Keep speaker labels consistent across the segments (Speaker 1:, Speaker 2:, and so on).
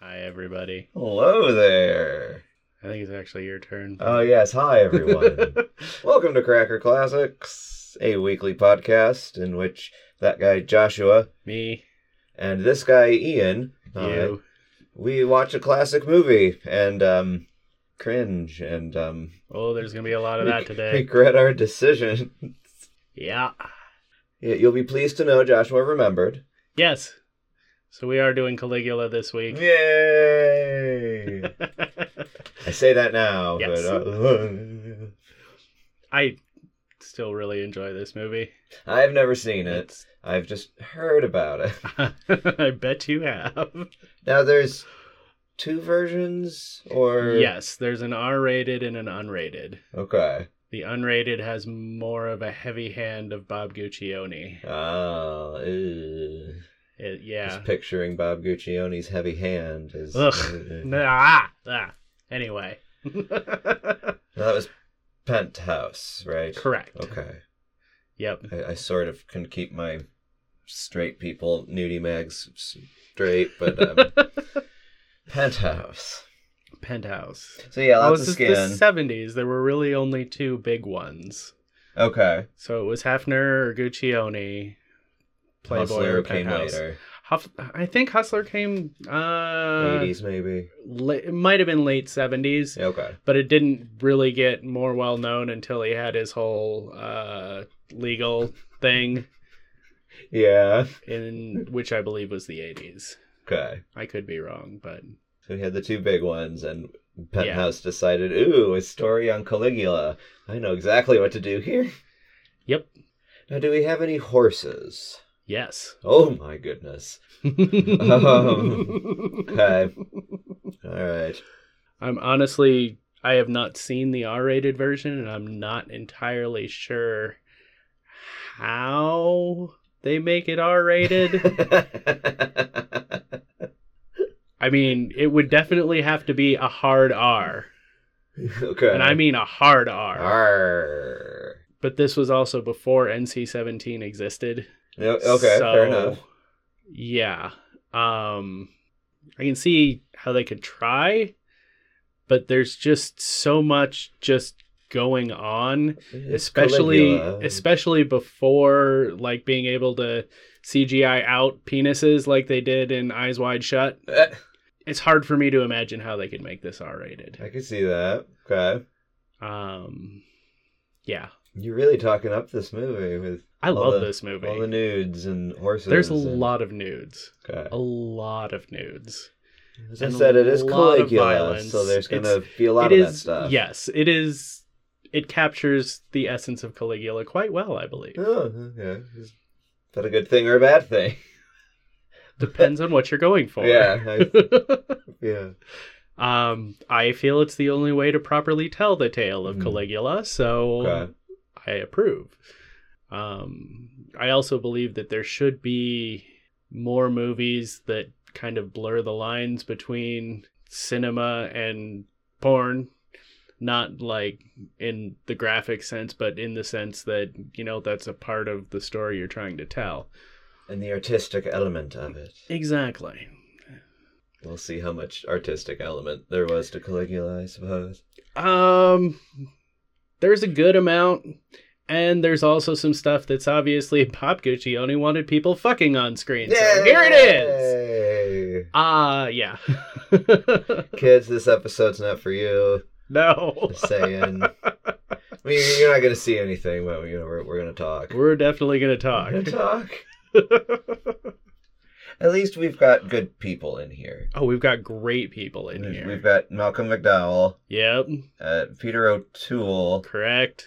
Speaker 1: Hi, everybody.
Speaker 2: Hello there.
Speaker 1: I think it's actually your turn.
Speaker 2: Oh, yes. Hi, everyone. Welcome to Cracker Classics, a weekly podcast in which that guy Joshua
Speaker 1: Me,
Speaker 2: and this guy Ian, uh,
Speaker 1: you.
Speaker 2: we watch a classic movie and um, cringe and um,
Speaker 1: Oh, there's going to be a lot of that today.
Speaker 2: regret our decision.
Speaker 1: Yeah.
Speaker 2: Y- You'll be pleased to know Joshua remembered.
Speaker 1: Yes. So we are doing Caligula this week.
Speaker 2: Yay! I say that now,
Speaker 1: Yes.
Speaker 2: but uh,
Speaker 1: I still really enjoy this movie.
Speaker 2: I've never seen it.
Speaker 1: It's-
Speaker 2: I've just heard about it.
Speaker 1: I bet you have.
Speaker 2: Now there's two versions or
Speaker 1: Yes, there's an R rated and an unrated.
Speaker 2: Okay.
Speaker 1: The unrated has more of a heavy hand of Bob Guccione.
Speaker 2: Oh, ew.
Speaker 1: It, yeah.
Speaker 2: Just picturing Bob Guccione's heavy hand is
Speaker 1: Ugh.
Speaker 2: no.
Speaker 1: Ah, ah. Anyway.
Speaker 2: that was Penthouse, right?
Speaker 1: Correct.
Speaker 2: Okay.
Speaker 1: Yep.
Speaker 2: I, I sort of can keep my straight people nudie mags s- straight, but um, Penthouse.
Speaker 1: Penthouse.
Speaker 2: So yeah,
Speaker 1: Well, Oh,
Speaker 2: lots
Speaker 1: this
Speaker 2: of
Speaker 1: is
Speaker 2: skin.
Speaker 1: the 70s. There were really only two big ones.
Speaker 2: Okay.
Speaker 1: So it was Hefner or Guccione, Playboy
Speaker 2: Hustler
Speaker 1: or
Speaker 2: came
Speaker 1: Penthouse.
Speaker 2: later.
Speaker 1: Huff- I think Hustler came uh
Speaker 2: 80s maybe.
Speaker 1: la- it might have been late 70s,
Speaker 2: Okay.
Speaker 1: but it didn't really get more well known until he had his whole uh legal thing
Speaker 2: Yeah.
Speaker 1: in which I believe was the 80s.
Speaker 2: Okay.
Speaker 1: I could be wrong, but
Speaker 2: So we had the two big ones, and Penthouse decided, ooh, a story on Caligula. I know exactly what to do here.
Speaker 1: yep.
Speaker 2: Now, do we have any horses?
Speaker 1: Yes.
Speaker 2: Oh my goodness. Um, Okay. All right.
Speaker 1: I'm honestly, I have not seen the R rated version, and I'm not entirely sure how they make it R rated. I mean, it would definitely have to be a hard R,
Speaker 2: okay.
Speaker 1: and I mean a hard R.
Speaker 2: Arr.
Speaker 1: But this was also before NC 17 existed.
Speaker 2: No, okay, fair
Speaker 1: so,
Speaker 2: enough.
Speaker 1: Yeah. Um I can see how they could try, but there's just so much just going on,
Speaker 2: It's
Speaker 1: especially
Speaker 2: Caligula.
Speaker 1: especially before like being able to CGI out penises like they did in Eyes Wide Shut.
Speaker 2: Eh,
Speaker 1: It's hard for me to imagine how they could make this R-rated.
Speaker 2: I can see that. Okay.
Speaker 1: Um yeah.
Speaker 2: You're really talking up this movie with
Speaker 1: I
Speaker 2: All
Speaker 1: love
Speaker 2: the-
Speaker 1: this movie.
Speaker 2: all the nudes and horses.
Speaker 1: There's a
Speaker 2: and-
Speaker 1: lot of nudes.
Speaker 2: Okay.
Speaker 1: A lot of nudes.
Speaker 2: As I
Speaker 1: and a
Speaker 2: said, it is
Speaker 1: lot of
Speaker 2: Caligula,
Speaker 1: violence.
Speaker 2: so there's going
Speaker 1: It's-
Speaker 2: to be a lot
Speaker 1: It
Speaker 2: of that
Speaker 1: is-
Speaker 2: stuff.
Speaker 1: Yes, it is. It captures the essence of Caligula quite well, I believe.
Speaker 2: Oh, okay. Is that a good thing or a bad thing?
Speaker 1: Depends on what you're going for.
Speaker 2: Yeah. I, yeah.
Speaker 1: um, I feel it's the only way to properly tell the tale of
Speaker 2: Mm.
Speaker 1: Caligula, so
Speaker 2: Okay.
Speaker 1: I approve. Um, I also believe that there should be more movies that kind of blur the lines between cinema and porn. Not like in the graphic sense, but in the sense that, you know, that's a part of the story you're trying to tell.
Speaker 2: And the artistic element of it.
Speaker 1: Exactly.
Speaker 2: We'll see how much artistic element there was to Caligula, I suppose.
Speaker 1: Um, there's a good amount, and there's also some stuff that's obviously Pop Gucci only wanted people fucking on screen. So here it is.
Speaker 2: is.
Speaker 1: Ah, yeah.
Speaker 2: Kids, this episode's not for you.
Speaker 1: no,
Speaker 2: Just saying. I mean, you're not going to see anything, but you know, we're, we're going to talk.
Speaker 1: we're definitely gonna
Speaker 2: We're
Speaker 1: talk.
Speaker 2: gonna talk. At least we've got good people in here.
Speaker 1: oh, we've got great people in
Speaker 2: We've-
Speaker 1: here.
Speaker 2: We've got Malcolm McDowell,
Speaker 1: Yep,
Speaker 2: uh, Peter O'Toole,
Speaker 1: correct.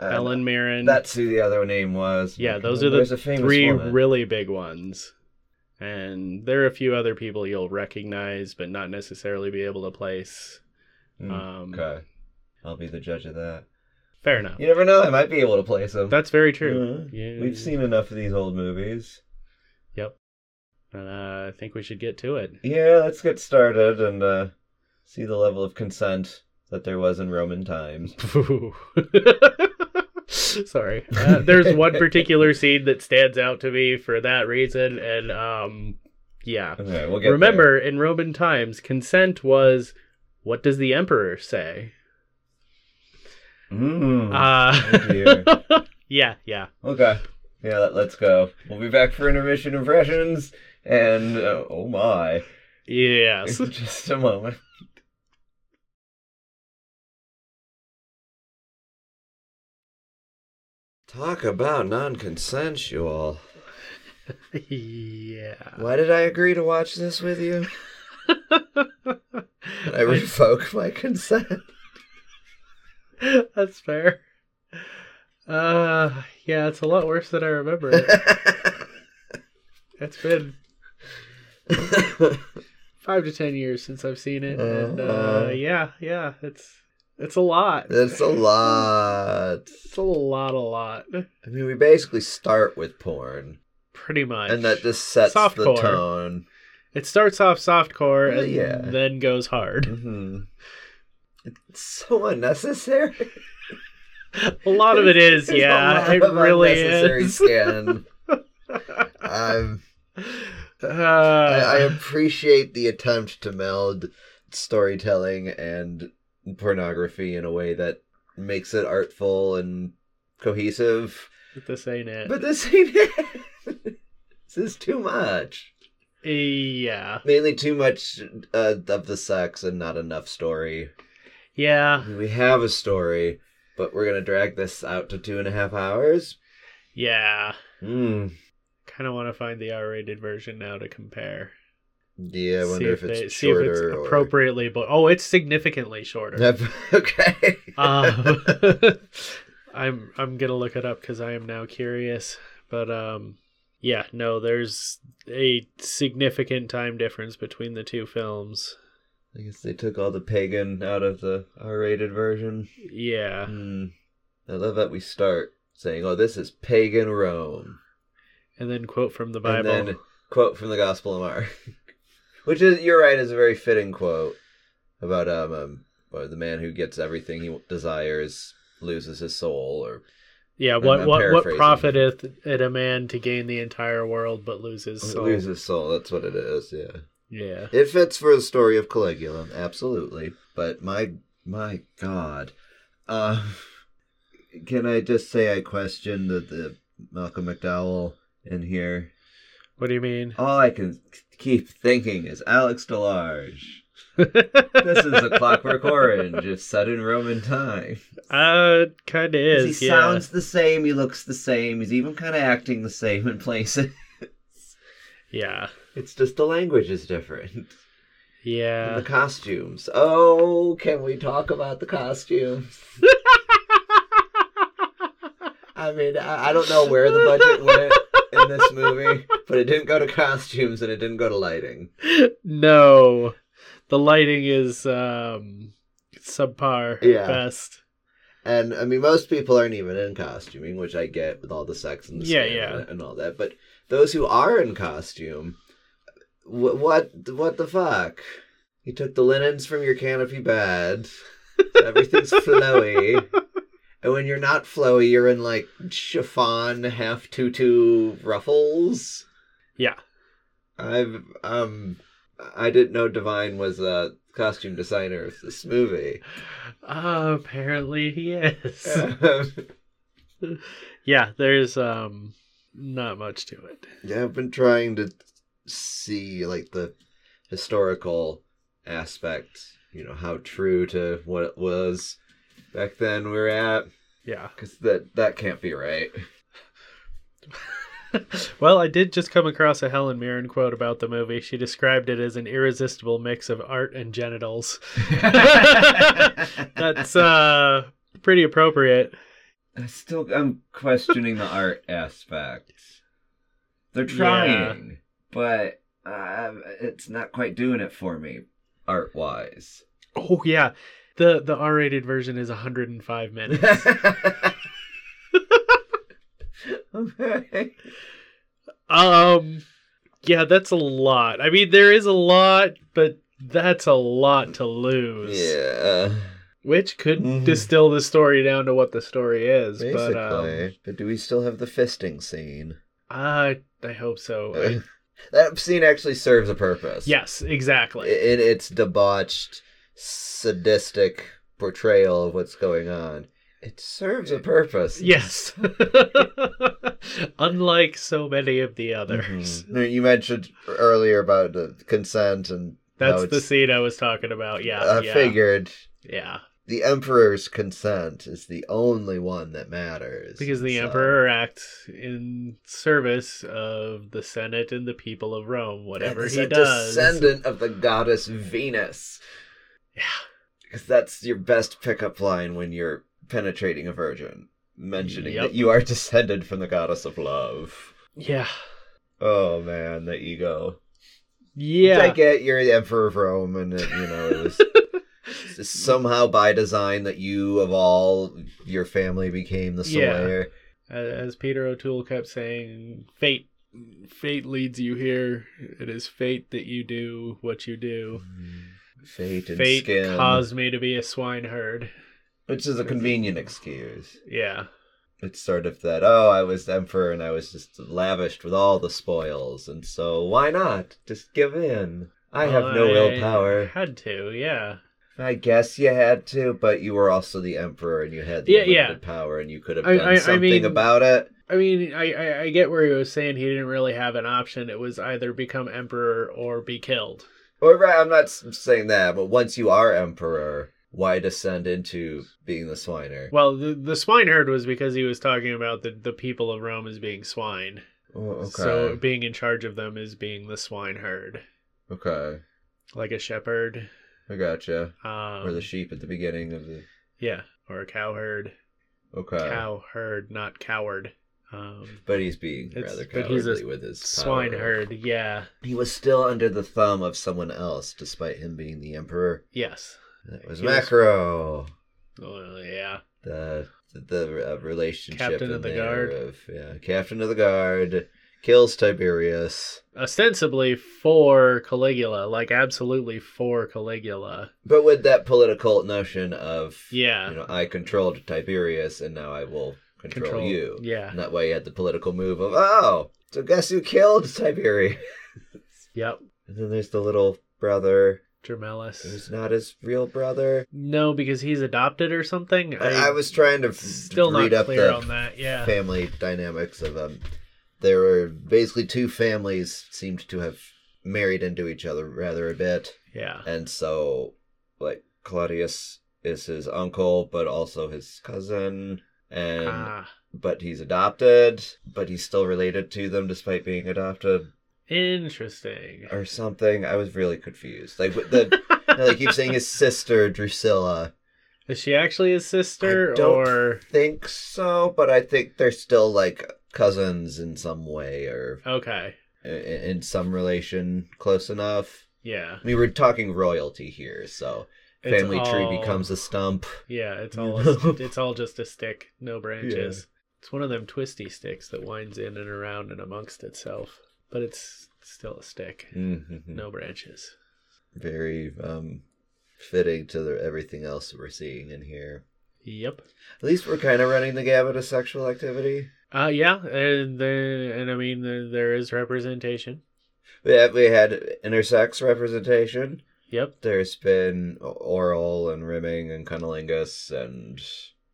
Speaker 2: uh,
Speaker 1: Ellen Mirren.
Speaker 2: That's who the other name was.
Speaker 1: Yeah,
Speaker 2: Like,
Speaker 1: those
Speaker 2: oh,
Speaker 1: are the
Speaker 2: there's a famous
Speaker 1: three
Speaker 2: woman.
Speaker 1: really big ones. And there are a few other people you'll recognize, but not necessarily be able to place.
Speaker 2: Mm,
Speaker 1: Um,
Speaker 2: okay, I'll be the judge of that.
Speaker 1: Fair enough.
Speaker 2: You never know; I might be able to place them.
Speaker 1: That's very true.
Speaker 2: Uh,
Speaker 1: Yeah.
Speaker 2: We've seen enough of these old movies.
Speaker 1: And, uh, I think we should get to it.
Speaker 2: Yeah, let's get started and uh, see the level of consent that there was in Roman times.
Speaker 1: Sorry. Uh, there's one particular scene that stands out to me for that reason, and um, Yeah.
Speaker 2: Okay, we'll get there.
Speaker 1: Remember, in Roman times, consent was what does the emperor say?
Speaker 2: Mm. oh dear.
Speaker 1: Uh, yeah, yeah.
Speaker 2: okay. Yeah, let, let's go. We'll be back for intermission impressions. And uh, oh my,
Speaker 1: Yes.
Speaker 2: just a moment. Talk about non-consensual.
Speaker 1: yeah.
Speaker 2: Why did I agree to watch this with you? Did I revoke my consent?
Speaker 1: That's fair. Uh, yeah, it's a lot worse than I remember. it. it's been five to ten years since I've seen it, and uh,
Speaker 2: Uh-huh.
Speaker 1: yeah, yeah, it's it's a lot.
Speaker 2: That's a lot.
Speaker 1: It's a lot, a lot.
Speaker 2: I mean, we basically start with porn,
Speaker 1: Pretty much.
Speaker 2: and that just sets the
Speaker 1: Softcore.
Speaker 2: tone.
Speaker 1: it starts off softcore
Speaker 2: Well,
Speaker 1: and
Speaker 2: yeah.
Speaker 1: then goes hard.
Speaker 2: hmm It's so unnecessary.
Speaker 1: A lot of it is,
Speaker 2: There's a
Speaker 1: yeah.
Speaker 2: lot
Speaker 1: It
Speaker 2: of
Speaker 1: really
Speaker 2: unnecessary
Speaker 1: is.
Speaker 2: skin. I'm,
Speaker 1: Uh,
Speaker 2: I, I appreciate the attempt to meld storytelling and pornography in a way that makes it artful and cohesive.
Speaker 1: this ain't it.
Speaker 2: But this ain't it. this is too much.
Speaker 1: E, yeah,
Speaker 2: Mainly too much uh, of the sex and not enough story.
Speaker 1: yeah,
Speaker 2: We have a story, but we're gonna drag this out to two and a half hours.
Speaker 1: yeah.
Speaker 2: Hmm.
Speaker 1: Kind of want to find the R-rated version now to compare.
Speaker 2: Yeah, I wonder if, it's
Speaker 1: they- see if
Speaker 2: shorter
Speaker 1: it's
Speaker 2: or
Speaker 1: appropriately. But oh, it's significantly shorter.
Speaker 2: Yep, okay.
Speaker 1: um, I'm I'm gonna look it up because I am now curious. But um, yeah, no, there's a significant time difference between the two films.
Speaker 2: I guess they took all the pagan out of the R-rated version.
Speaker 1: Yeah,
Speaker 2: Hmm. I love that we start saying, "Oh, this is pagan Rome."
Speaker 1: and then quote from the Bible.
Speaker 2: And then quote from the Gospel of Mark, which is you're right is a very fitting quote about um, um well, the man who gets everything he desires loses his soul or
Speaker 1: yeah, what
Speaker 2: I'm
Speaker 1: what what
Speaker 2: paraphrasing.
Speaker 1: profiteth it a man to gain the entire world but loses soul?
Speaker 2: loses his soul. That's what it is. Yeah,
Speaker 1: Yeah,
Speaker 2: it fits for the story of Caligula, absolutely. But my my God, uh, can I just say I question the the Malcolm McDowell in here.
Speaker 1: what do you mean?
Speaker 2: All I can keep thinking is Alex Delarge. This is a Clockwork Orange. It's set in Roman time.
Speaker 1: Uh, kind of
Speaker 2: 'Cause
Speaker 1: is.
Speaker 2: he
Speaker 1: yeah.
Speaker 2: sounds the same. He looks the same. He's even kind of acting the same in places.
Speaker 1: Yeah.
Speaker 2: It's just the language is different. And
Speaker 1: Yeah.
Speaker 2: the costumes. Oh, can we talk about the costumes? I mean, I, I don't know where the budget went in this movie, but it didn't go to costumes and it didn't go to lighting.
Speaker 1: no. The lighting is um subpar at
Speaker 2: Yeah.
Speaker 1: best.
Speaker 2: And I mean, most people aren't even in costuming, which I get with all the sex and the
Speaker 1: Yeah,
Speaker 2: skin
Speaker 1: yeah.
Speaker 2: and all that. But those who are in costume, wh- what what the fuck? You took the linens from your canopy bed. So everything's flowy. And when you're not flowy, you're in like chiffon half tutu ruffles.
Speaker 1: Yeah.
Speaker 2: I've um I didn't know Divine was a costume designer of this movie.
Speaker 1: Uh, apparently he is. Yeah.
Speaker 2: Um,
Speaker 1: there's um not much to it.
Speaker 2: Yeah, I've been trying to see like the historical aspect, you know, how true to what it was back then we're at
Speaker 1: Yeah.
Speaker 2: cuz that that can't be right.
Speaker 1: Well, I did just come across a Helen Mirren quote about the movie. She described it as an irresistible mix of art and genitals. That's uh pretty appropriate.
Speaker 2: I still I'm questioning the art aspect. They're
Speaker 1: trying,
Speaker 2: but uh, it's not quite doing it for me art-wise.
Speaker 1: Oh yeah. The the R-rated version is 105 minutes.
Speaker 2: okay.
Speaker 1: Um, yeah, that's a lot. I mean, there is a lot, but that's a lot to lose.
Speaker 2: Yeah.
Speaker 1: Which could
Speaker 2: Mhm.
Speaker 1: distill the story down to what the story is.
Speaker 2: Basically.
Speaker 1: But um,
Speaker 2: But do we still have the fisting scene?
Speaker 1: I I hope so. I,
Speaker 2: That scene actually serves a purpose.
Speaker 1: Yes, exactly.
Speaker 2: In its debauched, sadistic portrayal of what's going on, it serves a purpose.
Speaker 1: Yes. Unlike so many of the others.
Speaker 2: Mhm. Now, You mentioned earlier about the consent, and
Speaker 1: That's
Speaker 2: No,
Speaker 1: the
Speaker 2: it's-
Speaker 1: scene I was talking about. Yeah.
Speaker 2: I
Speaker 1: yeah.
Speaker 2: figured
Speaker 1: Yeah.
Speaker 2: the emperor's consent is the only one that matters.
Speaker 1: Because the
Speaker 2: So-
Speaker 1: emperor acts in service of the Senate and the people of Rome, whatever
Speaker 2: And is
Speaker 1: he
Speaker 2: a
Speaker 1: does.
Speaker 2: descendant of the goddess Venus.
Speaker 1: Yeah.
Speaker 2: Because that's your best pickup line when you're penetrating a virgin, mentioning
Speaker 1: Yep.
Speaker 2: that you are descended from the goddess of love.
Speaker 1: Yeah.
Speaker 2: Oh man, the ego. Which I
Speaker 1: Yeah.
Speaker 2: get you're the emperor of Rome, and it, you know it was s- somehow by design that you of all your family became the
Speaker 1: Yeah.
Speaker 2: slayer.
Speaker 1: As Peter O'Toole kept saying, fate fate leads you here. It is fate that you do what you do.
Speaker 2: Fate and
Speaker 1: fate
Speaker 2: skin,
Speaker 1: caused me to be a swineherd.
Speaker 2: which is a convenient excuse.
Speaker 1: Yeah.
Speaker 2: It's sort of that. Oh, I was emperor, and I was just lavished with all the spoils, and so why not just give in? I have no willpower.
Speaker 1: Had to, yeah.
Speaker 2: I guess you had to, but you were also the emperor, and you had the
Speaker 1: Yeah, yeah.
Speaker 2: unlimited power, and you could have
Speaker 1: I-
Speaker 2: done
Speaker 1: I- I
Speaker 2: something
Speaker 1: mean-
Speaker 2: about it.
Speaker 1: I mean, I, I, I get where he was saying he didn't really have an option. It was either become emperor or be killed.
Speaker 2: Well, right, I'm not s- saying that, but once you are emperor, why descend into being the swiner?
Speaker 1: Well, the, the swineherd was because he was talking about the, the people of Rome as being swine.
Speaker 2: Oh, okay.
Speaker 1: So being in charge of them is being the swineherd,
Speaker 2: okay.
Speaker 1: like a shepherd.
Speaker 2: I gotcha.
Speaker 1: Um,
Speaker 2: or the sheep at the beginning of the.
Speaker 1: Yeah, or a cowherd.
Speaker 2: Okay.
Speaker 1: Cowherd, not coward. Um,
Speaker 2: But he's being
Speaker 1: It's-
Speaker 2: rather
Speaker 1: but he's a
Speaker 2: cowardly with his power.
Speaker 1: swineherd, yeah.
Speaker 2: He was still under the thumb of someone else, despite him being the emperor.
Speaker 1: Yes.
Speaker 2: That was
Speaker 1: He was-
Speaker 2: Macro,
Speaker 1: Oh, yeah.
Speaker 2: the the uh, relationship
Speaker 1: Captain
Speaker 2: in
Speaker 1: of the
Speaker 2: there
Speaker 1: guard.
Speaker 2: of yeah, captain of the guard kills Tiberius.
Speaker 1: ostensibly for Caligula, like absolutely for Caligula.
Speaker 2: But with that political notion of
Speaker 1: Yeah.
Speaker 2: you know, I controlled Tiberius and now I will control, you.
Speaker 1: Yeah.
Speaker 2: And that way you had the political move of oh, so guess who killed Tiberius?
Speaker 1: Yep.
Speaker 2: And then there's the little brother
Speaker 1: Dromellus.
Speaker 2: who's not his real brother.
Speaker 1: No, because he's adopted or something.
Speaker 2: I, I was trying to f-
Speaker 1: still not
Speaker 2: read up
Speaker 1: clear
Speaker 2: the
Speaker 1: on that. Yeah.
Speaker 2: family dynamics of um there were basically two families seemed to have married into each other rather a bit
Speaker 1: Yeah.
Speaker 2: and so like claudius is his uncle but also his cousin and
Speaker 1: Ah.
Speaker 2: but he's adopted but he's still related to them despite being adopted
Speaker 1: Interesting.
Speaker 2: or something i was really confused like with the like keep saying his sister drusilla
Speaker 1: Is she actually his
Speaker 2: I
Speaker 1: sister
Speaker 2: don't-
Speaker 1: or
Speaker 2: think so but i think they're still like cousins in some way or
Speaker 1: Okay.
Speaker 2: i- in some relation close enough.
Speaker 1: Yeah.
Speaker 2: We were talking royalty here, so
Speaker 1: It's
Speaker 2: family tree
Speaker 1: all-
Speaker 2: becomes a stump.
Speaker 1: Yeah, it's
Speaker 2: you
Speaker 1: all
Speaker 2: know?
Speaker 1: it's all just a stick, no branches. It's one of them twisty sticks that winds in and around and amongst itself. But it's still a stick.
Speaker 2: Mm.
Speaker 1: No branches.
Speaker 2: Very um, fitting to the, everything else that we're seeing in here.
Speaker 1: Yep.
Speaker 2: At least we're kind of running the gamut of sexual activity.
Speaker 1: Uh yeah, and the, and I mean there, there is representation.
Speaker 2: We had, we had intersex representation.
Speaker 1: Yep,
Speaker 2: There's been oral and rimming and cunnilingus and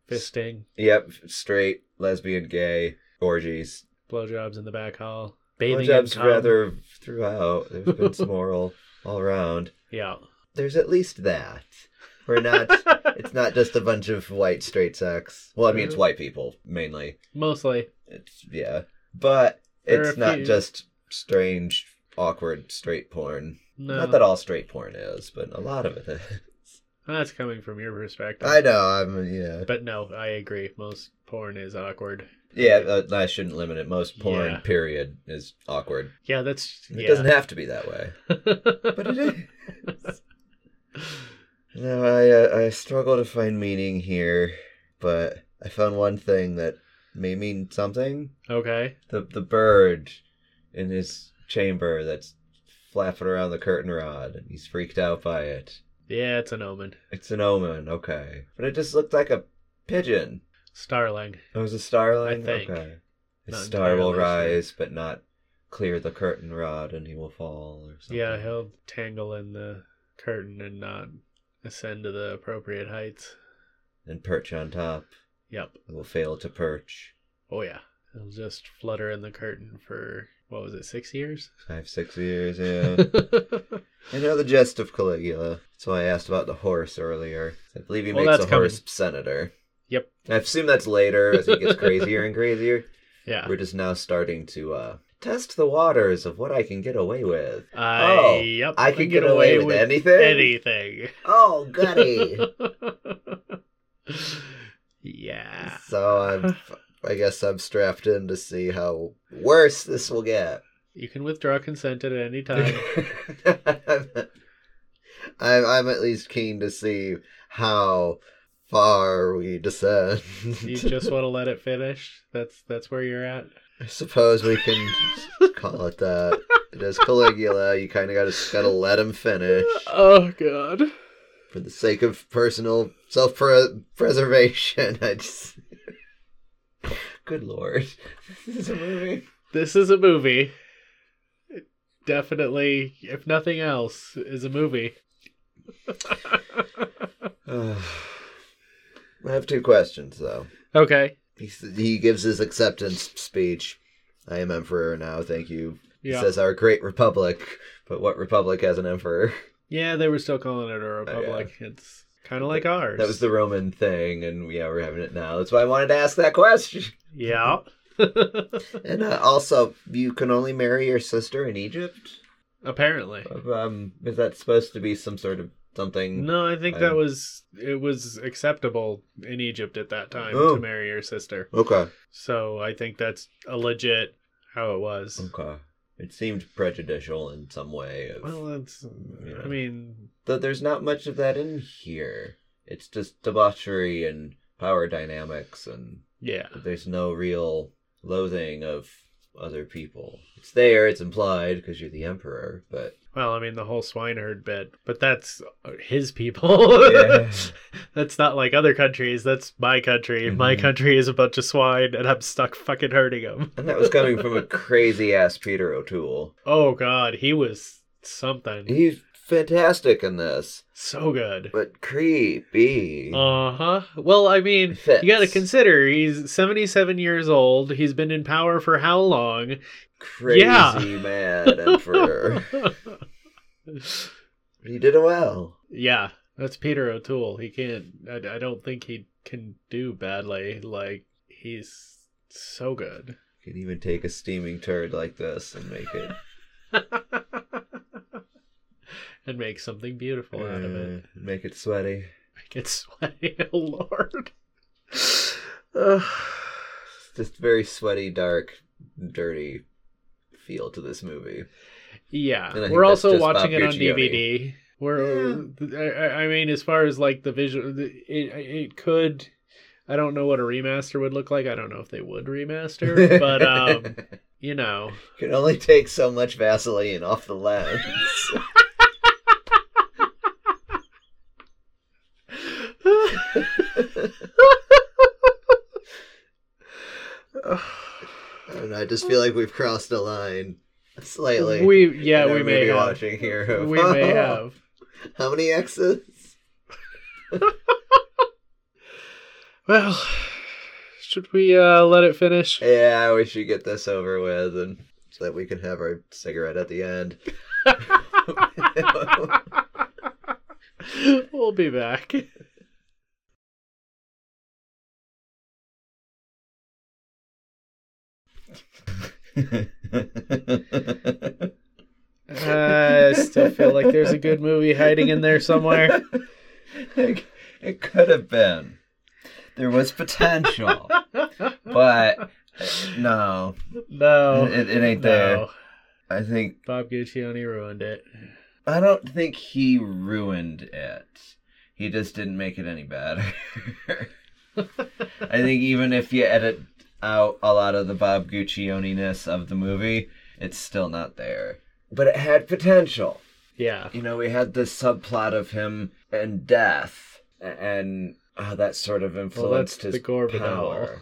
Speaker 1: fisting,
Speaker 2: yep, straight, lesbian, gay orgies.
Speaker 1: blowjobs in the back hall, bathing in
Speaker 2: Blowjobs
Speaker 1: cum.
Speaker 2: rather throughout. There's been some oral all around.
Speaker 1: Yeah.
Speaker 2: There's at least that. We're not. it's not just a bunch of white straight sex. Well, I mean, it's white people mainly.
Speaker 1: Mostly.
Speaker 2: It's yeah, but
Speaker 1: There are
Speaker 2: it's
Speaker 1: a
Speaker 2: not
Speaker 1: few.
Speaker 2: just strange, awkward straight porn.
Speaker 1: No.
Speaker 2: Not that all straight porn is, but a lot of it is.
Speaker 1: That's coming from your perspective.
Speaker 2: I know. I'm yeah.
Speaker 1: But no, I agree. Most porn is awkward.
Speaker 2: Yeah, uh, I shouldn't limit it. Most porn,
Speaker 1: Yeah.
Speaker 2: period, is awkward.
Speaker 1: Yeah, that's
Speaker 2: It
Speaker 1: yeah.
Speaker 2: doesn't have to be that way, but it is. No, I uh, I struggle to find meaning here, but I found one thing that may mean something.
Speaker 1: okay.
Speaker 2: The the bird in his chamber that's flapping around the curtain rod, and he's freaked out by it.
Speaker 1: Yeah, it's an omen.
Speaker 2: It's an omen, okay, but it just looked like a pigeon.
Speaker 1: Starling.
Speaker 2: It was a starling.
Speaker 1: I think.
Speaker 2: Okay, the
Speaker 1: Not
Speaker 2: star will
Speaker 1: entirely sure.
Speaker 2: rise, but not clear the curtain rod and he will fall or something.
Speaker 1: Yeah, he'll tangle in the curtain and not ascend to the appropriate heights.
Speaker 2: and perch on top
Speaker 1: Yep.
Speaker 2: and will fail to perch.
Speaker 1: Oh yeah. He'll just flutter in the curtain for what was it, six years?
Speaker 2: Five, six years, yeah. I know the gist of Caligula. That's why I asked about the horse earlier. I believe he
Speaker 1: Well,
Speaker 2: makes
Speaker 1: that's
Speaker 2: a horse senator.
Speaker 1: Yep.
Speaker 2: I assume that's later as it gets crazier and crazier.
Speaker 1: yeah.
Speaker 2: We're just now starting to uh, test the waters of what I can get away with.
Speaker 1: I
Speaker 2: Oh,
Speaker 1: yep.
Speaker 2: I can get, away, with, anything.
Speaker 1: anything.
Speaker 2: Oh, goody!
Speaker 1: yeah.
Speaker 2: so I'm, I guess I'm strapped in to see how worse this will get.
Speaker 1: You can withdraw consent at any time.
Speaker 2: I'm, I'm, I'm at least keen to see how far we descend.
Speaker 1: you just want to let it finish. That's that's where you're at.
Speaker 2: I suppose we can call it that. It is Caligula. You kind of got to gotta let him finish
Speaker 1: Oh god.
Speaker 2: for the sake of personal self preservation. I just. Good lord. This is a movie.
Speaker 1: This is a movie. It definitely, if nothing else, is a movie.
Speaker 2: I have two questions, though.
Speaker 1: Okay.
Speaker 2: He, he gives his acceptance speech. I am emperor now, thank you. He
Speaker 1: Yeah.
Speaker 2: says our great republic, but what republic has an emperor?
Speaker 1: Yeah, they were still calling it a republic. It's kind of like ours.
Speaker 2: That was the Roman thing, and yeah, we're having it now. That's why I wanted to ask that question.
Speaker 1: Yeah.
Speaker 2: And uh, also, you can only marry your sister in Egypt.
Speaker 1: Apparently.
Speaker 2: Um, is that supposed to be some sort of something?
Speaker 1: No, I think that
Speaker 2: I'm-
Speaker 1: was it was acceptable in Egypt at that time
Speaker 2: Oh.
Speaker 1: to marry your sister.
Speaker 2: Okay.
Speaker 1: So I think that's a legit how it was.
Speaker 2: Okay. It seemed prejudicial in some way. Of,
Speaker 1: Well, uh that's
Speaker 2: Yeah.
Speaker 1: I mean,
Speaker 2: though there's not much of that in here. It's just debauchery and power dynamics, and
Speaker 1: yeah.
Speaker 2: there's no real loathing of other people. It's there. It's implied because you're the emperor, but
Speaker 1: Well, I mean the whole swineherd bit, but that's his people.
Speaker 2: Yeah.
Speaker 1: that's not like other countries. That's my country. My
Speaker 2: Mhm.
Speaker 1: country is a bunch of swine, and I'm stuck fucking hurting them.
Speaker 2: and that was coming from a crazy ass Peter O'Toole.
Speaker 1: Oh God, he was something
Speaker 2: He's fantastic in this.
Speaker 1: so good.
Speaker 2: But creepy.
Speaker 1: Uh huh. Well, I mean,
Speaker 2: Fits.
Speaker 1: you got to consider he's 77 years old. He's been in power for how long?
Speaker 2: Crazy
Speaker 1: yeah.
Speaker 2: mad emperor. he did it well.
Speaker 1: yeah, that's Peter O'Toole. He can't. I, I don't think he can do badly. Like he's so good.
Speaker 2: Can even take a steaming turd like this and make it.
Speaker 1: and make something beautiful out of it.
Speaker 2: uh, make it sweaty.
Speaker 1: Make it sweaty. Oh Lord. Ugh.
Speaker 2: It's just very sweaty, dark, dirty feel to this movie. And I
Speaker 1: Yeah,
Speaker 2: think
Speaker 1: we're
Speaker 2: that's
Speaker 1: also
Speaker 2: just
Speaker 1: watching
Speaker 2: Bob
Speaker 1: it on
Speaker 2: Guccione.
Speaker 1: DVD. We're, I, I mean, as far as like the visual, the- it it could. I don't know what a remaster would look like. I don't know if they would remaster, but um, you know,
Speaker 2: can only take so much Vaseline off the lens. and I just feel like we've crossed a line slightly.
Speaker 1: we
Speaker 2: in
Speaker 1: yeah
Speaker 2: our
Speaker 1: we may
Speaker 2: movie
Speaker 1: have
Speaker 2: watching here.
Speaker 1: we may have.
Speaker 2: How many X's?
Speaker 1: Well, should we uh, let it finish?
Speaker 2: Yeah, we should get this over with, and so that we can have our cigarette at the end.
Speaker 1: we'll be back. I still feel like there's a good movie hiding in there somewhere.
Speaker 2: it, it could have been. There was potential, but uh, no,
Speaker 1: No,
Speaker 2: it, it ain't there.
Speaker 1: no.
Speaker 2: I think
Speaker 1: Bob Guccione ruined it.
Speaker 2: I don't think he ruined it. He just didn't make it any better. I think even if you edit out a lot of the Bob Guccione ness of the movie, it's still not there. But it had potential.
Speaker 1: Yeah,
Speaker 2: You know, we had this subplot of him and death, and how that sort of
Speaker 1: well, that's
Speaker 2: influenced
Speaker 1: the
Speaker 2: his
Speaker 1: Gore Vidal.
Speaker 2: power.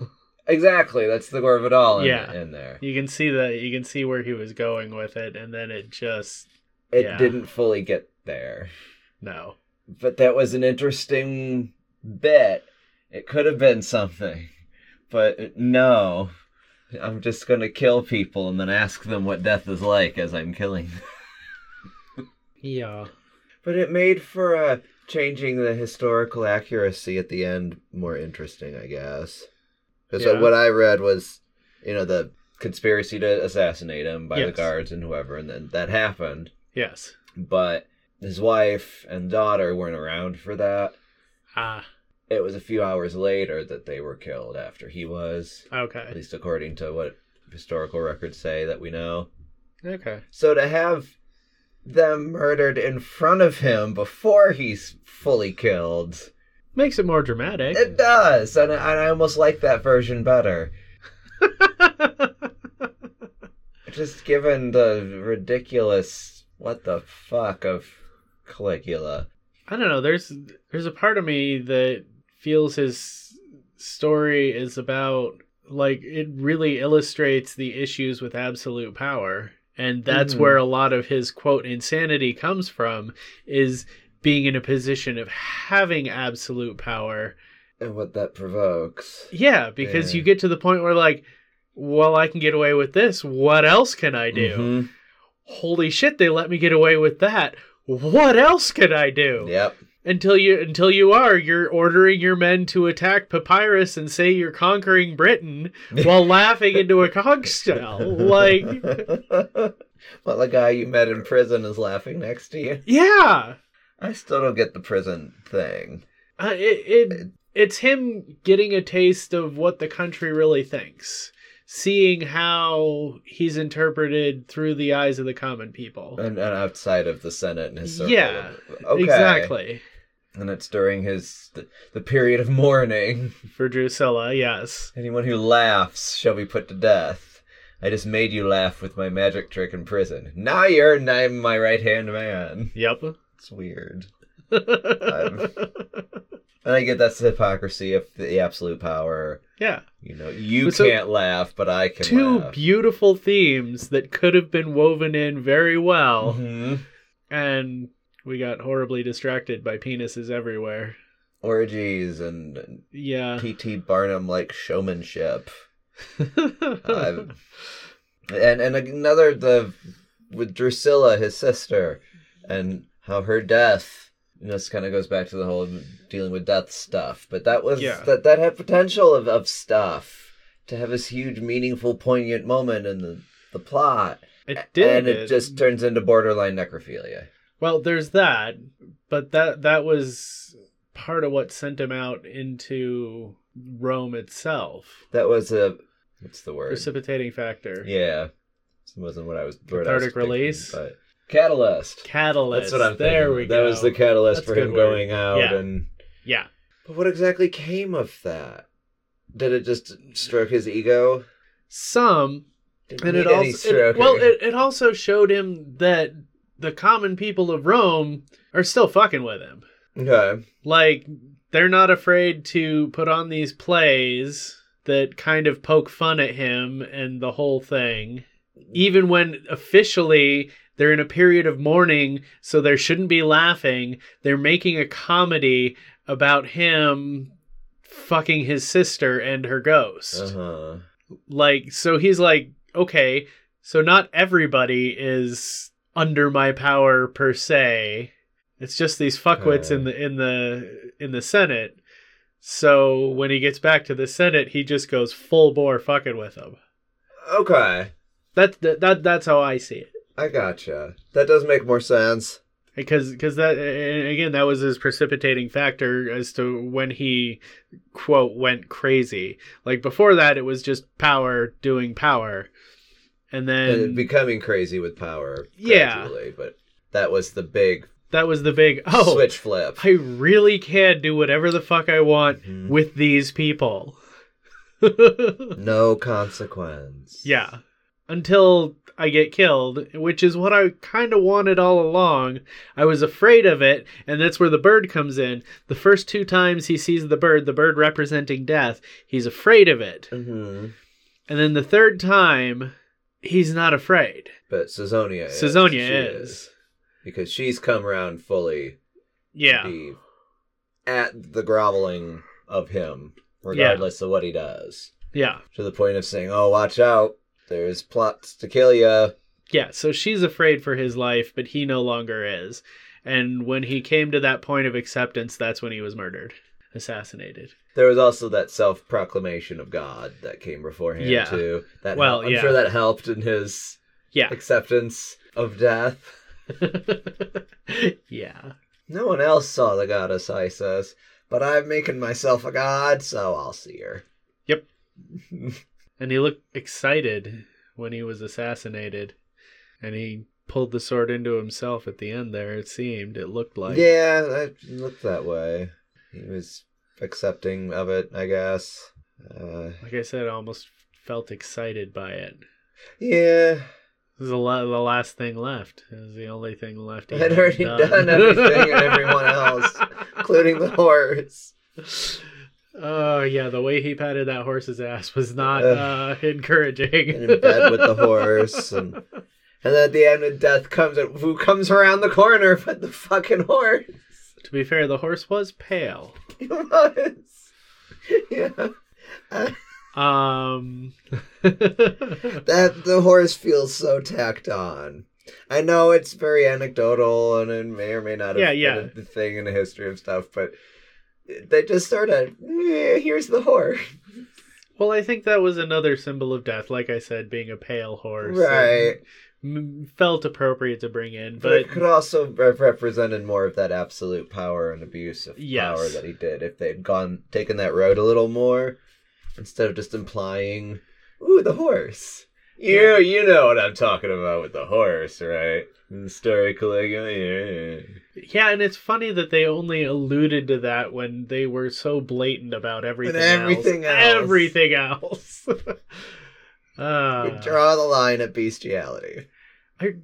Speaker 2: Exactly, that's the gore of it all in,
Speaker 1: Yeah.
Speaker 2: in there.
Speaker 1: You can see that you can see where he was going with it, and then it just
Speaker 2: It
Speaker 1: Yeah.
Speaker 2: didn't fully get there.
Speaker 1: no.
Speaker 2: But that was an interesting bit. It could have been something. But uh, no. I'm just going to kill people and then ask them what death is like as I'm killing them.
Speaker 1: Yeah.
Speaker 2: But it made for uh, changing the historical accuracy at the end more interesting, I guess. Because
Speaker 1: Yeah.
Speaker 2: what I read was, you know, the conspiracy to assassinate him by the
Speaker 1: Yes.
Speaker 2: guards and whoever, and then that happened.
Speaker 1: Yes.
Speaker 2: But his wife and daughter weren't around for that.
Speaker 1: Ah.
Speaker 2: It was a few hours later that they were killed after he was, at
Speaker 1: Okay.
Speaker 2: least according to what historical records say that we know.
Speaker 1: Okay.
Speaker 2: So to have them murdered in front of him before he's fully killed,
Speaker 1: Makes it more dramatic.
Speaker 2: it does, and I, and I almost like that version better. Just given the ridiculous what the fuck of Caligula.
Speaker 1: I don't know. There's there's a part of me that feels his story is about like it really illustrates the issues with absolute power, and that's
Speaker 2: Mhm.
Speaker 1: where a lot of his quote insanity comes from is being in a position of having absolute power.
Speaker 2: And what that provokes.
Speaker 1: Yeah, because
Speaker 2: Yeah.
Speaker 1: you get to the point where like, well, I can get away with this. What else can I do?
Speaker 2: Mhm.
Speaker 1: Holy shit, they let me get away with that. What else can I do?
Speaker 2: Yep.
Speaker 1: until you until you are you're ordering your men to attack papyrus and say you're conquering britain while laughing into a conch shell like
Speaker 2: well, the guy you met in prison is laughing next to you.
Speaker 1: yeah
Speaker 2: I still don't get the prison thing.
Speaker 1: uh, it, it it's him getting a taste of what the country really thinks seeing how he's interpreted through the eyes of the common people
Speaker 2: And, and outside of the Senate and his circle.
Speaker 1: Yeah,
Speaker 2: Uh, Okay.
Speaker 1: exactly
Speaker 2: And it's during his the, the period of mourning.
Speaker 1: for drusilla yes
Speaker 2: Anyone who laughs shall be put to death. I just made you laugh with my magic trick in prison. Now you're not my right hand man.
Speaker 1: yep
Speaker 2: It's weird. And I get that's the hypocrisy of the absolute power.
Speaker 1: yeah
Speaker 2: You know, you
Speaker 1: But so-
Speaker 2: can't laugh, but I can
Speaker 1: two
Speaker 2: laugh.
Speaker 1: beautiful themes that could have been woven in very well
Speaker 2: Mhm.
Speaker 1: and we got horribly distracted by penises everywhere
Speaker 2: Orgies and
Speaker 1: yeah
Speaker 2: P.T. Barnum like showmanship. Um, and and another the with Drusilla, his sister, and how her death. You know, this kind of goes back to the whole dealing with death stuff. But that was
Speaker 1: Yeah.
Speaker 2: that that had potential of of stuff to have this huge, meaningful, poignant moment in the the plot,
Speaker 1: it did
Speaker 2: and it just turns into borderline necrophilia.
Speaker 1: well there's that but that that was part of what sent him out into rome itself
Speaker 2: That was a what's the word?
Speaker 1: precipitating factor
Speaker 2: Yeah, it wasn't what I was. word I was
Speaker 1: Cathartic
Speaker 2: thinking,
Speaker 1: release?
Speaker 2: but catalyst.
Speaker 1: catalyst
Speaker 2: That's what I'm
Speaker 1: there
Speaker 2: thinking.
Speaker 1: we
Speaker 2: That
Speaker 1: go
Speaker 2: was the catalyst
Speaker 1: That's
Speaker 2: for
Speaker 1: a good
Speaker 2: him
Speaker 1: word.
Speaker 2: going out
Speaker 1: Yeah.
Speaker 2: and.
Speaker 1: yeah
Speaker 2: But what exactly came of that? Did it just stroke his ego?
Speaker 1: some
Speaker 2: Didn't
Speaker 1: and it
Speaker 2: need any
Speaker 1: also it,
Speaker 2: stroking.
Speaker 1: well it, it also showed him that the common people of rome are still fucking with him
Speaker 2: okay.
Speaker 1: like they're not afraid to put on these plays that kind of poke fun at him and the whole thing even when officially they're in a period of mourning so there shouldn't be laughing they're making a comedy about him fucking his sister and her ghost
Speaker 2: Uh-huh.
Speaker 1: like so he's like okay so not everybody is under my power per se it's just these fuckwits in the in the in the senate so when he gets back to the senate he just goes full bore fucking with them
Speaker 2: Okay.
Speaker 1: that, that, that that's how i see it
Speaker 2: I gotcha. That does make more sense.
Speaker 1: because because that and again that was his precipitating factor as to when he quote went crazy like before that it was just power doing power and then
Speaker 2: And becoming crazy with power.
Speaker 1: Yeah.
Speaker 2: Gradually, but that was the big
Speaker 1: That was the big oh.
Speaker 2: switch flip.
Speaker 1: I really can do whatever the fuck I want
Speaker 2: Mhm.
Speaker 1: with these people.
Speaker 2: No consequence.
Speaker 1: yeah. until I get killed, which is what I kind of wanted all along. I was afraid of it, and that's where the bird comes in. The first two times he sees the bird, the bird representing death, he's afraid of it.
Speaker 2: hmm
Speaker 1: And then the third time, he's not afraid.
Speaker 2: But Sazonia is. She
Speaker 1: Sazonia is.
Speaker 2: Because she's come round fully
Speaker 1: Yeah.
Speaker 2: to be at the groveling of him, regardless of what he does.
Speaker 1: Yeah.
Speaker 2: To the point of saying, oh, watch out. There's plots to kill you.
Speaker 1: Yeah. So she's afraid for his life, but he no longer is. And when he came to that point of acceptance, that's when he was murdered, assassinated.
Speaker 2: There was also that self proclamation of God that came before him,
Speaker 1: Yeah.
Speaker 2: too. That
Speaker 1: Well,
Speaker 2: I'm
Speaker 1: yeah.
Speaker 2: sure that helped in his
Speaker 1: Yeah.
Speaker 2: acceptance of death.
Speaker 1: yeah.
Speaker 2: No one else saw the goddess Isis, but I'm making myself a god, so I'll see her.
Speaker 1: Yep. And he looked excited when he was assassinated. And he pulled the sword into himself at the end there, it seemed. It looked like.
Speaker 2: yeah, it looked that way. He was accepting of it, I guess. Uh,
Speaker 1: Like I said, I almost felt excited by it.
Speaker 2: yeah,
Speaker 1: This is the, la- the last thing left. It was the only thing left. he
Speaker 2: I'd already done everything and everyone else, including the horse.
Speaker 1: Oh, yeah. The way he patted that horse's ass was not uh,
Speaker 2: Ugh.
Speaker 1: encouraging.
Speaker 2: And in bed with the horse, and and at the end of death comes who comes around the corner but the fucking horse.
Speaker 1: to be fair, the horse was pale.
Speaker 2: He was. Yeah.
Speaker 1: Um.
Speaker 2: That the horse feels so tacked on. I know it's very anecdotal and it may or may not have
Speaker 1: Yeah, yeah.
Speaker 2: been a thing in the history of stuff, but they just sort of "Eh, here's the horse,
Speaker 1: Well, I think that was another symbol of death. Like I said, being a pale horse,
Speaker 2: right?
Speaker 1: and m- felt appropriate to bring in,
Speaker 2: But,
Speaker 1: but
Speaker 2: it could also have represented more of that absolute power and abuse of
Speaker 1: Yes.
Speaker 2: power that he did if they had gone taken that road a little more instead of just implying, "Ooh, the horse." You
Speaker 1: Yeah.
Speaker 2: you know what I'm talking about with the horse, right? In the story Caligula. yeah.
Speaker 1: yeah. And it's funny that they only alluded to that when they were so blatant about everything.
Speaker 2: everything else.
Speaker 1: Everything else. uh,
Speaker 2: You draw the line at bestiality.
Speaker 1: I,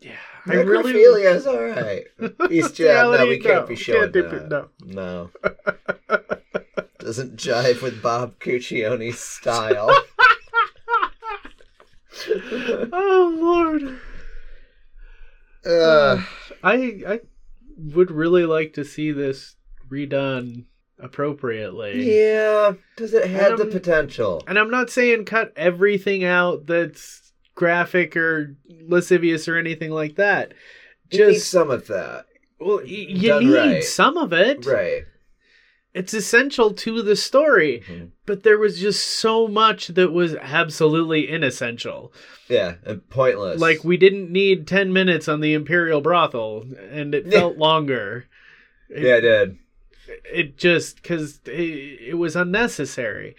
Speaker 1: yeah, I really.
Speaker 2: Necrophilia is all right. Bestiality, no, we can't be
Speaker 1: can't
Speaker 2: showing
Speaker 1: do-
Speaker 2: that.
Speaker 1: No.
Speaker 2: No. Doesn't jive with Bob Cuccione's style.
Speaker 1: oh Lord.
Speaker 2: Ugh.
Speaker 1: I I would really like to see this redone appropriately.
Speaker 2: yeah, because it had the
Speaker 1: um,
Speaker 2: potential.
Speaker 1: And I'm not saying cut everything out that's graphic or lascivious or anything like that.
Speaker 2: Just
Speaker 1: Just
Speaker 2: some of that,
Speaker 1: well, y- you
Speaker 2: done
Speaker 1: need
Speaker 2: right.
Speaker 1: some of it.
Speaker 2: right?
Speaker 1: It's essential to the story, but there was just so much that was absolutely inessential.
Speaker 2: Yeah, and pointless.
Speaker 1: Like we didn't need 10 minutes on the imperial brothel and it
Speaker 2: Yeah.
Speaker 1: felt longer. It-
Speaker 2: yeah, I did.
Speaker 1: it just because it, it was unnecessary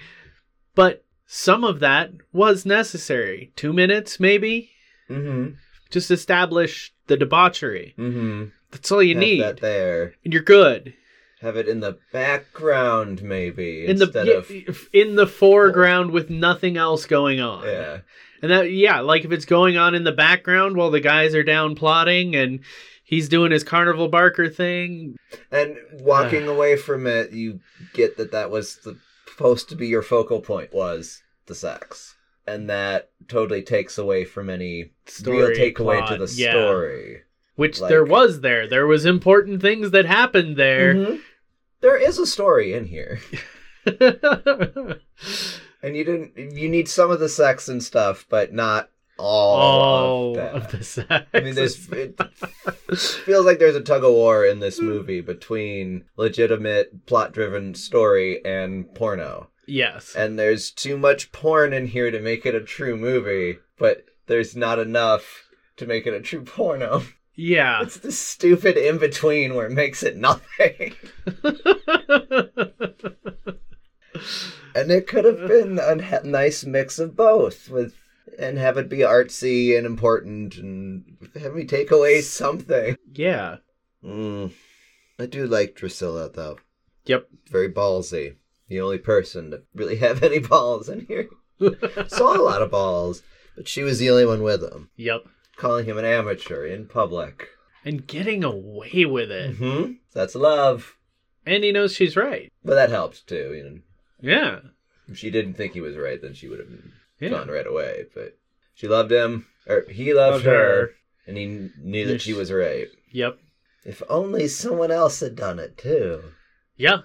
Speaker 1: but some of that was necessary two minutes maybe
Speaker 2: Mm-hmm.
Speaker 1: just establish the debauchery
Speaker 2: Mm-hmm.
Speaker 1: that's all you
Speaker 2: have
Speaker 1: need
Speaker 2: that there.
Speaker 1: and you're good
Speaker 2: Have it in the background, maybe
Speaker 1: in
Speaker 2: instead
Speaker 1: the
Speaker 2: of
Speaker 1: in the foreground with nothing else going on
Speaker 2: yeah.
Speaker 1: and that yeah like if it's going on in the background while the guys are down plotting and he's doing his carnival barker thing
Speaker 2: And walking away from it, you get that that was the, supposed to be your focal point was the sex, and that totally takes away from any
Speaker 1: story
Speaker 2: real takeaway
Speaker 1: plot,
Speaker 2: to the
Speaker 1: yeah.
Speaker 2: story.
Speaker 1: which
Speaker 2: like-
Speaker 1: there was there there was important things that happened there
Speaker 2: Mhm. There is a story in here, Mm-hmm. and you didn't. You need some of the sex and stuff, but not all
Speaker 1: all
Speaker 2: of that.
Speaker 1: of the sex.
Speaker 2: I mean, there's it feels like there's a tug of war in this movie between legitimate plot-driven story and porno.
Speaker 1: yes,
Speaker 2: and there's too much porn in here to make it a true movie, but there's not enough to make it a true porno.
Speaker 1: yeah.
Speaker 2: It's the stupid in between where it makes it nothing. and it could have been a ha- nice mix of both with and have it be artsy and important and have me take away something.
Speaker 1: yeah,
Speaker 2: Mm. I do like Drusilla though.
Speaker 1: Yep.
Speaker 2: Very ballsy. The only person to really have any balls in here. saw a lot of balls. But she was the only one with him,
Speaker 1: Yep.
Speaker 2: calling him an amateur in public.
Speaker 1: And getting away with it.
Speaker 2: hmm That's love.
Speaker 1: And he knows she's right.
Speaker 2: But that helps too. You know,
Speaker 1: Yeah.
Speaker 2: if she didn't think he was right, then she would have
Speaker 1: Yeah.
Speaker 2: gone right away. But she loved him, or he loved,
Speaker 1: Loved
Speaker 2: her,
Speaker 1: her.
Speaker 2: and he kn- knew that
Speaker 1: Yes.
Speaker 2: she was right.
Speaker 1: Yep.
Speaker 2: If only someone else had done it too.
Speaker 1: Yeah.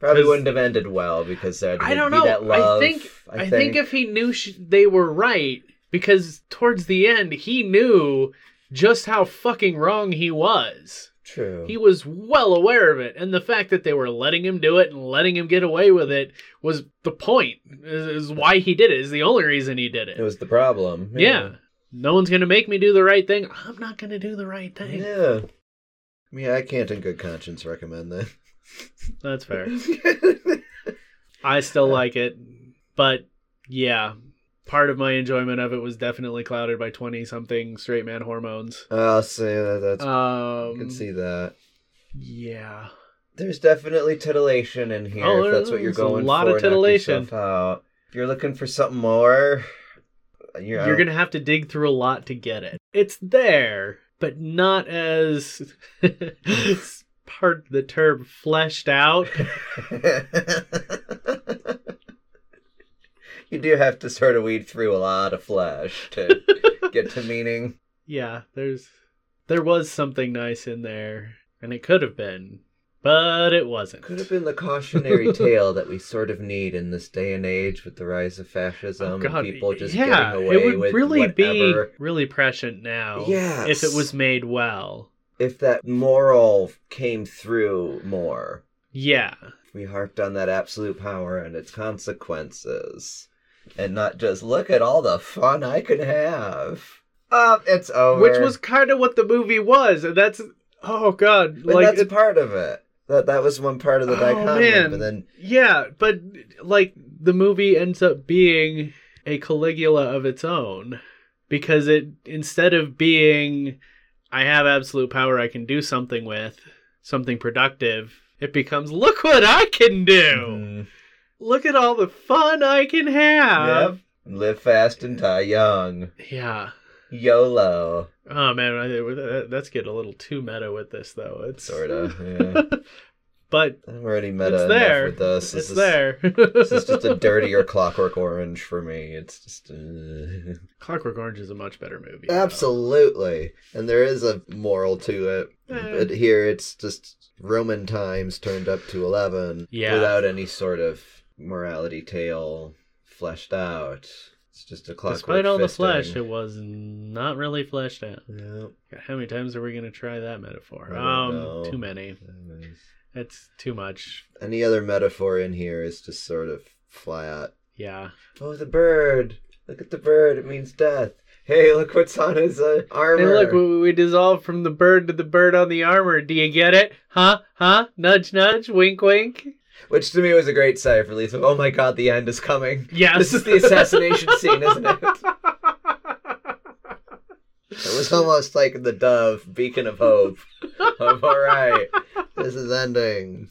Speaker 2: Probably
Speaker 1: 'Cause-
Speaker 2: wouldn't have ended well because there had to
Speaker 1: I don't
Speaker 2: be
Speaker 1: know.
Speaker 2: that love.
Speaker 1: I think I, think. if he knew sh they were right, because towards the end he knew just how fucking wrong he was.
Speaker 2: true.
Speaker 1: He was well aware of it, and the fact that they were letting him do it and letting him get away with it was the point. Is, is why he did it. Is the only reason he did it.
Speaker 2: It was the problem.
Speaker 1: yeah. No one's gonna make me do the right thing. I'm not gonna do the right
Speaker 2: Yeah.
Speaker 1: thing.
Speaker 2: Yeah. I mean, I can't in good conscience recommend that.
Speaker 1: That's fair. I still like it, but yeah, part of my enjoyment of it was definitely clouded by twenty something straight man hormones.
Speaker 2: I'll say that. That's
Speaker 1: Um,
Speaker 2: I can see that.
Speaker 1: Yeah,
Speaker 2: There's definitely titillation in here.
Speaker 1: Oh,
Speaker 2: if that's what you're
Speaker 1: there's a
Speaker 2: going
Speaker 1: lot
Speaker 2: for.
Speaker 1: of
Speaker 2: knock
Speaker 1: titillation.
Speaker 2: yourself out. If you're looking for something more, you're,
Speaker 1: you're gonna have to dig through a lot to get it. It's there, but not as part the term fleshed out.
Speaker 2: you do have to sort of weed through a lot of flesh to get to meaning.
Speaker 1: Yeah, there's there was something nice in there, and it could have been, but it wasn't.
Speaker 2: Could have been the cautionary tale that we sort of need in this day and age with the rise of fascism
Speaker 1: Oh, God,
Speaker 2: and people just
Speaker 1: yeah,
Speaker 2: getting away
Speaker 1: it would
Speaker 2: with
Speaker 1: really
Speaker 2: whatever.
Speaker 1: be really prescient now.
Speaker 2: Yes.
Speaker 1: if it was made well.
Speaker 2: If that moral came through more,
Speaker 1: Yeah,
Speaker 2: we harped on that absolute power and its consequences, and not just look at all the fun I could have. Uh, it's over.
Speaker 1: which was kind of what the movie was, and that's oh god,
Speaker 2: But
Speaker 1: like
Speaker 2: that's
Speaker 1: it-
Speaker 2: part of it. That that was one part of the
Speaker 1: Oh,
Speaker 2: dichotomy.
Speaker 1: man.
Speaker 2: But then
Speaker 1: yeah, but like the movie ends up being a Caligula of its own because it instead of being I have absolute power, I can do something with something productive. It becomes look what I can do.
Speaker 2: Mhm.
Speaker 1: Look at all the fun I can have.
Speaker 2: Yep. live fast and die young.
Speaker 1: Yeah.
Speaker 2: YOLO.
Speaker 1: Oh man, I- that- that's getting a little too meta with this though. It's
Speaker 2: Sort of. Yeah.
Speaker 1: but
Speaker 2: I'm already meta
Speaker 1: It's
Speaker 2: enough
Speaker 1: there.
Speaker 2: with this.
Speaker 1: it's
Speaker 2: this is,
Speaker 1: there.
Speaker 2: This is just a dirtier Clockwork Orange for me. It's just uh,
Speaker 1: Clockwork Orange is a much better movie. though.
Speaker 2: absolutely, and there is a moral to it.
Speaker 1: Eh.
Speaker 2: But here, it's just Roman times turned up to eleven,
Speaker 1: Yeah.
Speaker 2: without any sort of morality tale fleshed out. It's just a clockwork.
Speaker 1: Despite all the
Speaker 2: fisting.
Speaker 1: flesh, it was not really fleshed out.
Speaker 2: Yep.
Speaker 1: God, How many times are we gonna try that metaphor?
Speaker 2: I don't
Speaker 1: Um,
Speaker 2: know.
Speaker 1: too many. It's too much.
Speaker 2: Any other metaphor in here is just sort of flat.
Speaker 1: Yeah.
Speaker 2: Oh, the bird! Look at the bird. It means death. Hey, look what's on his uh, armor.
Speaker 1: Hey, look, we, we dissolved from the bird to the bird on the armor. Do you get it? Huh? Huh? Nudge, nudge. Wink, wink.
Speaker 2: Which to me was a great sigh of relief. Of, oh my god, the end is coming.
Speaker 1: Yes.
Speaker 2: This is the assassination scene, isn't it? It was almost like the dove, beacon of hope. of all right, this is ending.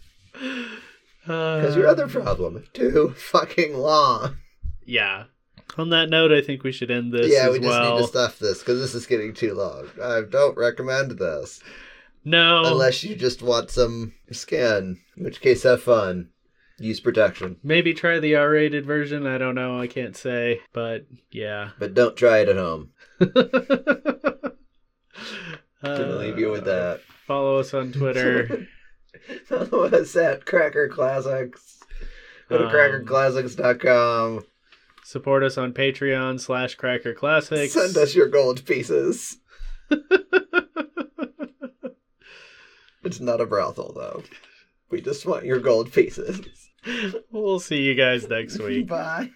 Speaker 1: Uh,
Speaker 2: Because your other problem, too fucking long.
Speaker 1: Yeah. On that note, I think we should end this
Speaker 2: yeah,
Speaker 1: as
Speaker 2: we just
Speaker 1: well.
Speaker 2: need to stuff this because this is getting too long. I don't recommend this
Speaker 1: no.
Speaker 2: unless you just want some skin. In which case, have fun. Use protection,
Speaker 1: Maybe try the R rated version. I don't know. I can't say. But yeah.
Speaker 2: but don't try it at home. Gonna
Speaker 1: Uh,
Speaker 2: leave you with that.
Speaker 1: Follow us on Twitter.
Speaker 2: What's that? Cracker Classics. Go to
Speaker 1: Um,
Speaker 2: crackerclassics.com.
Speaker 1: Support us on Patreon slash Cracker Classics.
Speaker 2: Send us your gold pieces. It's not a brothel, though. We just want your gold pieces.
Speaker 1: we'll see you guys next week.
Speaker 2: Bye.